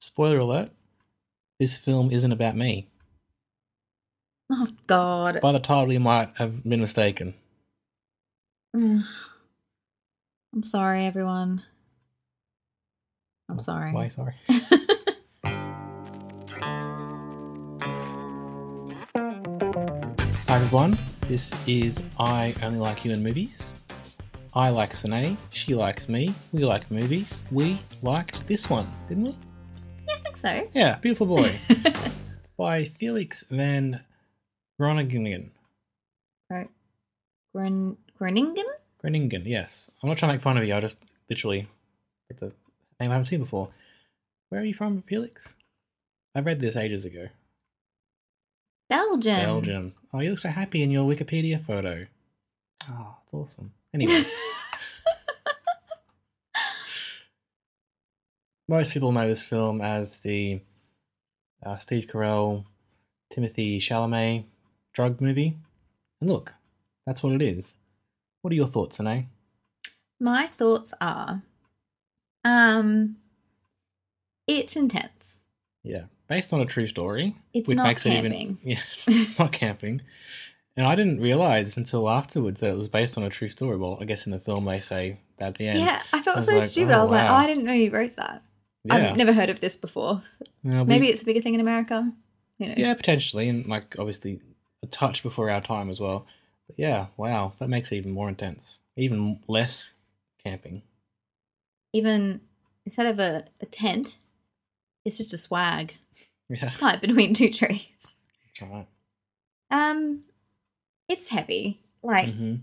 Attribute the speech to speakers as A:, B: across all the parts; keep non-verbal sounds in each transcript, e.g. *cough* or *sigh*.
A: Spoiler alert, this film isn't about me.
B: Oh God.
A: By the title, you might have been mistaken.
B: Ugh. Mm. I'm sorry, everyone. I'm sorry.
A: Why, sorry. Hi, everyone. This is I Only Like You in Movies. I like Sine, she likes me, we like movies, we liked this one, didn't we?
B: Yeah, I think so.
A: Yeah, Beautiful Boy. it's by Felix van Groningen.
B: Gro- Gron- Groningen?
A: Groningen, yes. I'm not trying to make fun of you, I just literally it's a name I haven't seen before. Where are you from, Felix? I read this ages ago.
B: Belgium.
A: Belgium. Oh, you look so happy in your Wikipedia photo. Oh, it's awesome. Anyway, most people know this film as the uh, Steve Carell, Timothy Chalamet drug movie. And look, that's what it is. What are your thoughts, Anae?
B: My thoughts are um it's intense.
A: Yeah, based on a true story.
B: It's
A: which
B: not
A: makes it even
B: camping. *laughs*
A: yeah, it's, it's not camping. And I didn't realize until afterwards that it was based on a true story. Well, I guess in the film they say that at the end.
B: yeah, I
A: I
B: felt
A: was
B: so
A: like,
B: stupid.
A: oh,
B: I was like, oh,
A: wow.
B: I didn't know you wrote that.
A: yeah.
B: I've never heard of this before.
A: Yeah, we-
B: Maybe it's a bigger thing in America. Who knows?
A: yeah, potentially, and like obviously a touch before our time as well. But yeah, wow, that makes it even more intense, even less camping. *laughs*
B: Even instead of a, a tent, it's just a swag
A: Yeah,
B: tied between two trees.
A: that's right.
B: Um, it's heavy. Like
A: Mhm.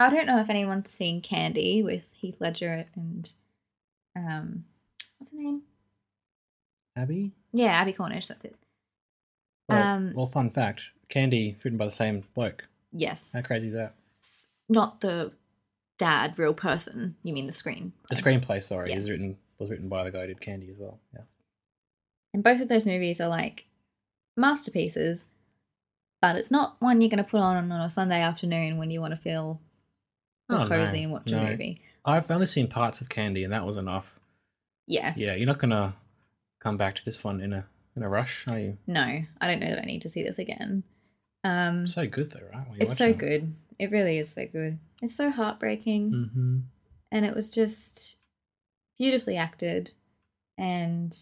B: I don't know if anyone's seen Candy with Heath Ledger and um, what's her name?
A: Abby.
B: Yeah, Abby Cornish. That's it.
A: Well,
B: Um,
A: well, fun fact: Candy written by the same bloke.
B: Yes,
A: How crazy is that?
B: S- not the dad, real person. You mean the screen?
A: The screenplay, sorry,
B: Yeah.
A: is written was written by the guy who did Candy as well. Yeah.
B: And both of those movies are like masterpieces, but it's not one you're going to put on on a Sunday afternoon when you want to feel all
A: Oh, no,
B: cozy and watch
A: no.
B: a movie.
A: I've only seen parts of Candy, and that was enough.
B: Yeah.
A: Yeah, you're not gonna come back to this one in a in a rush, are you?
B: No, I don't know that I need to see this again. Um,
A: So good though, right? while you're
B: it's so
A: watching it.
B: good. It really is so good. It's so heartbreaking,
A: Mhm.
B: and it was just beautifully acted, and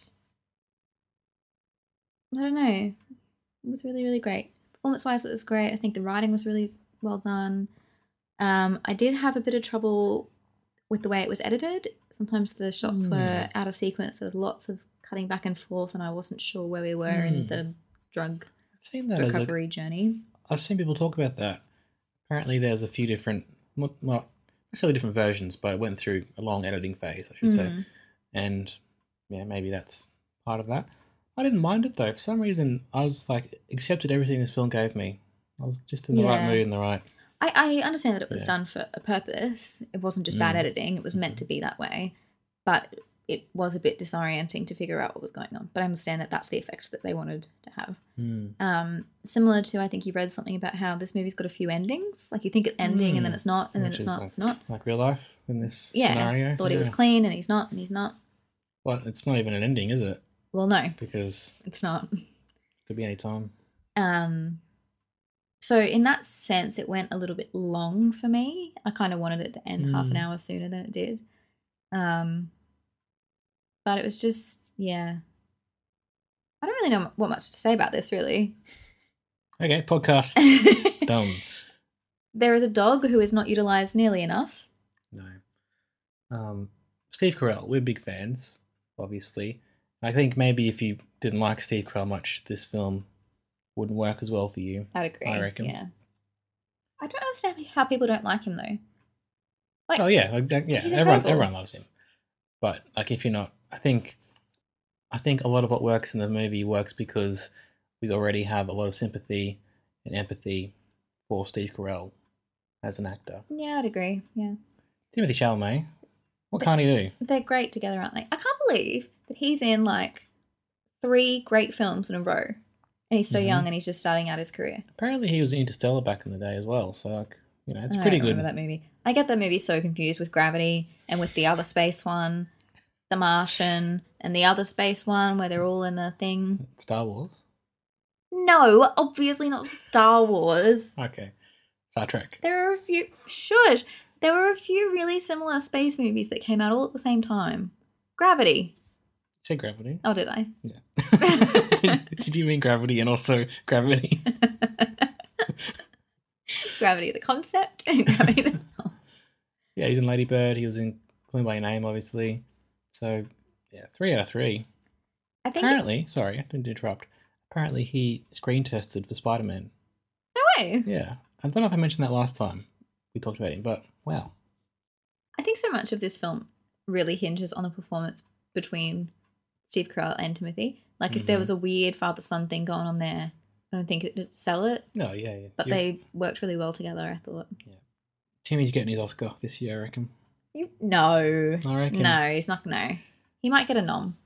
B: I don't know, it was really really great. Performance wise, it was great. I think the writing was really well done. Um, I did have a bit of trouble with the way it was edited. Sometimes the shots were
A: Mm.
B: out of sequence. There was lots of cutting back and forth, and I wasn't sure where we were in
A: Mm.
B: the drug
A: I've seen that as a,
B: recovery journey.
A: I've seen people talk about that. Apparently, there's a few different, not, not necessarily different versions, but it went through a long editing phase, I should say.
B: Mhm.
A: And yeah, maybe that's part of that. I didn't mind it though. For some reason, I was like accepted everything this film gave me. I was just in the right
B: Yeah.
A: mood and the right.
B: I, I understand that it was
A: Yeah.
B: done for a purpose. It wasn't just bad
A: Mm.
B: editing. It was meant to be that way, but it was a bit disorienting to figure out what was going on. But I understand that that's the effect that they wanted to have.
A: Hmm.
B: Um, similar to, I think you read something about how this movie's got a few endings. Like you think it's ending and then
A: Mm.
B: it's not, and then
A: Which
B: it's
A: is
B: not,
A: like,
B: it's not.
A: like real life in this
B: Yeah,
A: scenario.
B: thought he was
A: Yeah.
B: clean and he's not, and he's not.
A: Well, it's not even an ending, is it?
B: Well, no,
A: Because
B: it's not.
A: it could be any time.
B: Um, so in that sense, it went a little bit long for me. I kind of wanted it to end half an
A: Mm.
B: hour sooner than it did. Um, but it was just, yeah. I don't really know what much to say about
A: *laughs*
B: this, really. *laughs*
A: Okay, podcast done.
B: there is a dog who is not utilized nearly enough.
A: No. Um, Steve Carell, we're big fans, obviously. I think maybe if you didn't like Steve Carell much, this film wouldn't work as well for you.
B: I'd agree.
A: I reckon.
B: Yeah. I don't understand how people don't like him though. Like,
A: oh yeah, like, that- yeah.
B: he's
A: Everyone,
B: incredible.
A: everyone loves him. But like, if you're not, I think, I think a lot of what works in the movie works because we already have a lot of sympathy and empathy for Steve Carell as an actor.
B: Yeah, I'd agree. Yeah.
A: Timothy Chalamet, what can't he do?
B: They're great together, aren't they? I can't believe that he's in like three great films in a row. And he's so
A: Mhm.
B: young and he's just starting out his career.
A: Apparently, he was in Interstellar back in the day as well. So like, you know, it's
B: I don't
A: pretty good.
B: Remember that movie? I get that movie so confused with Gravity and with the other space one, The Martian, and the other space one where they're all in the thing.
A: Star Wars.
B: No, obviously not Star Wars.
A: Okay. Star Trek.
B: There are a few. Shush. There were a few really similar space movies that came out all at the same time. Gravity.
A: Say
B: *laughs*
A: Gravity. *laughs*
B: Oh, did I?
A: Yeah. did, did you mean Gravity and also Gravity?
B: Gravity the concept *laughs* and Gravity the film.
A: Yeah, he's in Lady Bird. He was in Call Me by Your Name, obviously. So, yeah, three out of three.
B: I think.
A: Apparently, sorry, I didn't interrupt. Apparently, he screen tested for Spider Man.
B: No way.
A: Yeah, I don't know if I mentioned that last time we talked about him, but wow,
B: I think so much of this film really hinges on the performance between Steve Carell and Timothy. Like, if there
A: Mhm.
B: was a weird father son thing going on there, I don't think it'd sell it.
A: no, yeah, yeah.
B: But
A: You-
B: they worked really well together. I thought.
A: Timmy's getting his Oscar this year, I reckon.
B: You no,
A: I reckon.
B: no, he's not. No, he might get a nom.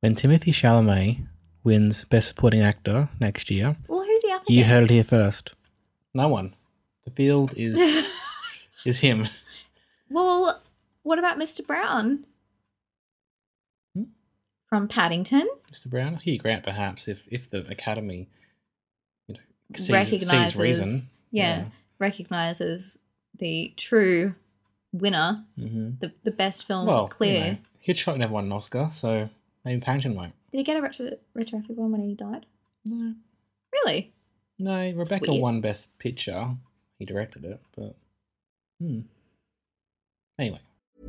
A: When Timothy Chalamet wins Best Supporting Actor next year,
B: Well, who's he up
A: you heard it here
B: against?
A: first. No one. The field is
B: *laughs*
A: is him.
B: well, what about Mr. Brown
A: Hmm?
B: from Paddington?
A: Mr. Brown, Hugh Grant, perhaps, if if the Academy, you know, sees,
B: recognizes
A: sees reason.
B: Yeah, recognizes the true winner,
A: hmm
B: the the best film
A: Well,
B: Oh, clear.
A: You know, Hitchcock never won an Oscar, so maybe Paddington won't.
B: Did he get a retro- retroactive one when he died?
A: No,
B: Really?
A: no. Rebecca
B: weird.
A: won Best Picture. He directed it, but hmm. Anyway, *laughs*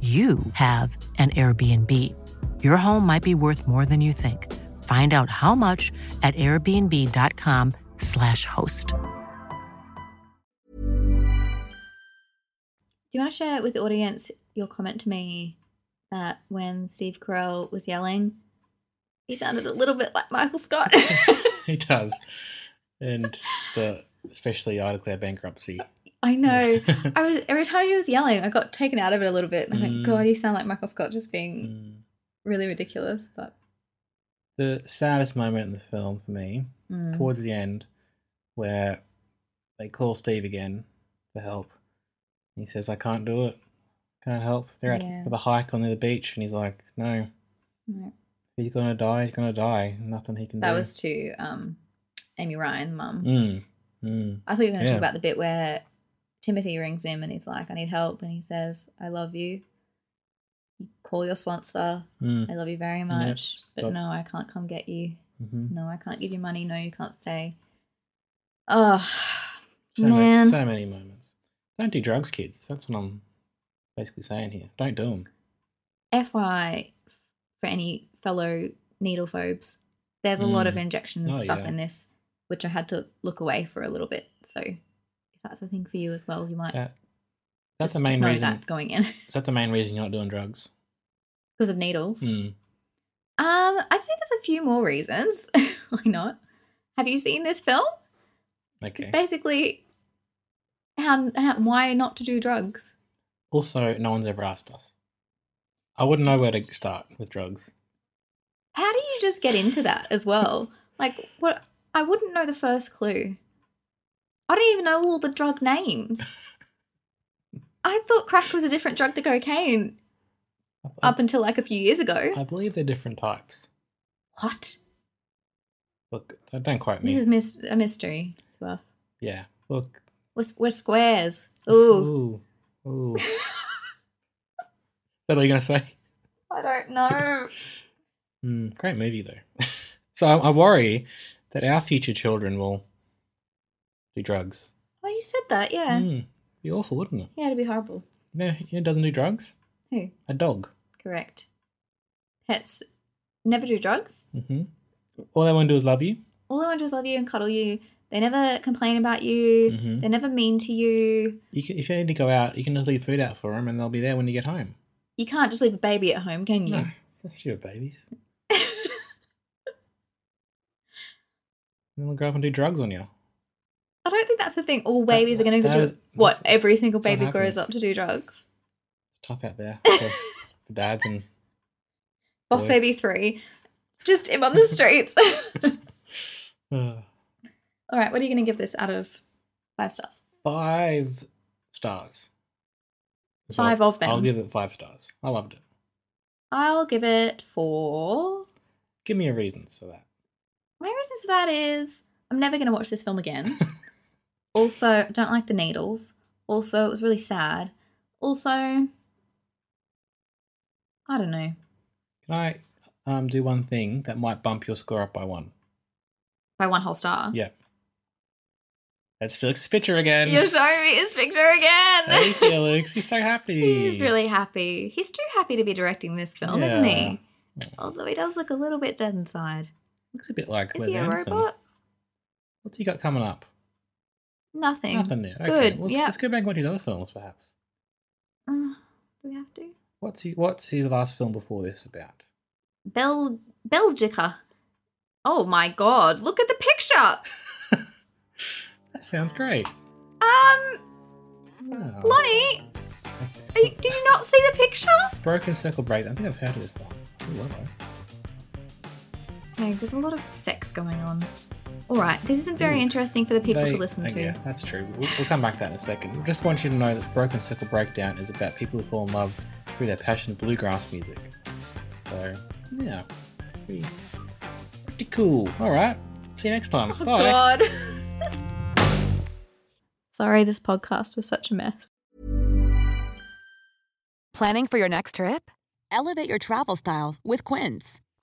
C: you have an Airbnb. Your home might be worth more than you think. Find out how much at airbnb.com/slash host.
B: Do you want to share with the audience your comment to me that when Steve Carell was yelling, he sounded a little bit like Michael Scott?
A: *laughs* he does, and the especially I declare bankruptcy. *laughs*
B: I know. I was every time he was yelling, I got taken out of it a little bit. And I'm like,
A: Mm.
B: God, he sounded like Michael Scott just being
A: Mm.
B: really ridiculous. But
A: the saddest moment in the film for me
B: Mm.
A: towards the end where they call steve again for help he says i can't do it can't help they're
B: Yeah.
A: out for the hike on the beach and he's like no if
B: no.
A: he's gonna die he's gonna die nothing he can
B: that
A: do
B: was to um, Amy Ryan, mum.
A: mm. Mm.
B: I thought you were going
A: Yeah.
B: to talk about the bit where Timothy rings him and he's like, I need help. And he says, I love you. You Call your sponsor.
A: Mm.
B: I love you very much. But
A: Stop.
B: no, I can't come get you.
A: Mm-hmm.
B: No, I can't give you money. No, you can't stay. Oh,
A: So, Many,
B: man.
A: so many moments don't do drugs kids that's what i'm basically saying here don't do them
B: FYI, for any fellow needle phobes, there's a lot of
A: Mm.
B: injection
A: Oh,
B: stuff
A: yeah.
B: in this, which I had to look away for a little bit. So if that's a thing for you as well, you might.
A: that, that's
B: just,
A: the
B: just
A: main
B: know
A: reason
B: that going in *laughs*
A: is that the main reason you're not doing drugs
B: because of needles.
A: mm.
B: Um, I think there's a few more reasons. *laughs* Why not? Have you seen this film?
A: okay
B: It's basically how, how why not to do drugs.
A: Also, no one's ever asked us. I wouldn't know where to start with drugs.
B: How do you just get into that as
A: *laughs*
B: well? Like, what? I wouldn't know the first clue. I don't even know all the drug
A: *laughs*
B: names. I thought crack was a different drug to cocaine
A: I,
B: up until like a few years ago.
A: I believe they're different types.
B: What?
A: Look, don't- don't quote
B: This
A: me.
B: is mis- a mystery to us.
A: Yeah, look.
B: We're, s- we're squares.
A: this-
B: Ooh,
A: Ooh.
B: *laughs*
A: Ooh. Is that all you're going to say?
B: I
A: *laughs*
B: don't know.
A: Mm, great movie though. *laughs* so I, I worry that our future children will do drugs.
B: Well, you said that, yeah.
A: Mm, be awful, wouldn't it?
B: Yeah, it'd be horrible.
A: You know, who doesn't do drugs?
B: Who?
A: A dog.
B: Correct. Pets never do drugs.
A: hmm All they want to do is love you.
B: All they want to do is love you and cuddle you. They never complain about you.
A: Mhm.
B: They're never mean to you.
A: You can, if you need to go out, you can just leave food out for them, and they'll be there when you get home.
B: You can't just leave a baby at home, can you?
A: No, that's your
B: *laughs*
A: babies. then they'll grow up and do drugs on you.
B: I don't think that's the thing. All babies are going to
A: that
B: do
A: is-
B: what
A: that's-
B: every single
A: that's what
B: baby grows
A: happens.
B: up to do drugs.
A: Tough out
B: *laughs*
A: there for, for dads and
B: Boss
A: Boy.
B: baby three, just him on the
A: *laughs*
B: streets. *laughs*
A: uh,
B: All right, what are you going to give this out of five stars?
A: five stars. So
B: Five
A: I'll-
B: of them.
A: I'll give it five stars. I loved it.
B: I'll give it four.
A: Give me a reason for that.
B: My reasons for that is I'm never going to watch this
A: *laughs*
B: film again. also, don't like the needles. Also, it was really sad. Also, I don't know.
A: Can I um, do one thing that might bump your score up by one?
B: By one whole star.
A: Yeah. That's Felix Pitcher again.
B: You're showing me his picture again.
A: hey,
B: *laughs*
A: Felix. You're so happy.
B: He's really happy. He's too happy to be directing this film, isn't he? Although he does look a little bit dead inside.
A: Looks a bit like
B: Is
A: Wes
B: he a
A: Anderson.
B: robot?
A: What do you got coming up?
B: Nothing.
A: Nothing there. Okay.
B: Good.
A: Well,
B: yeah.
A: Let's go back and watch his other films, perhaps.
B: Uh, do we have to?
A: What's he, What's his last film before this about?
B: Bel Belgica. Oh my god! Look at the picture.
A: That sounds great. Oh.
B: Um,
A: Wow.
B: Lonnie, are you, do you not see the picture?
A: Broken Circle Break. I think I've heard of this one. Ooh, hello.
B: No, there's a lot of sex going on. All right, this isn't very
A: Ooh.
B: interesting for the people to
A: They-
B: listen
A: uh,
B: to.
A: Yeah, that's true. We'll, we'll come back to that in a second. We just want you to know that Broken Circle Breakdown is about people who fall in love through their passion for bluegrass music. So, yeah, pretty, pretty cool. All right, see you next time.
B: Oh
A: Bye.
B: god. *laughs* Sorry, this podcast was such a mess.
D: Planning for your next trip?
E: Elevate your travel style with Quince.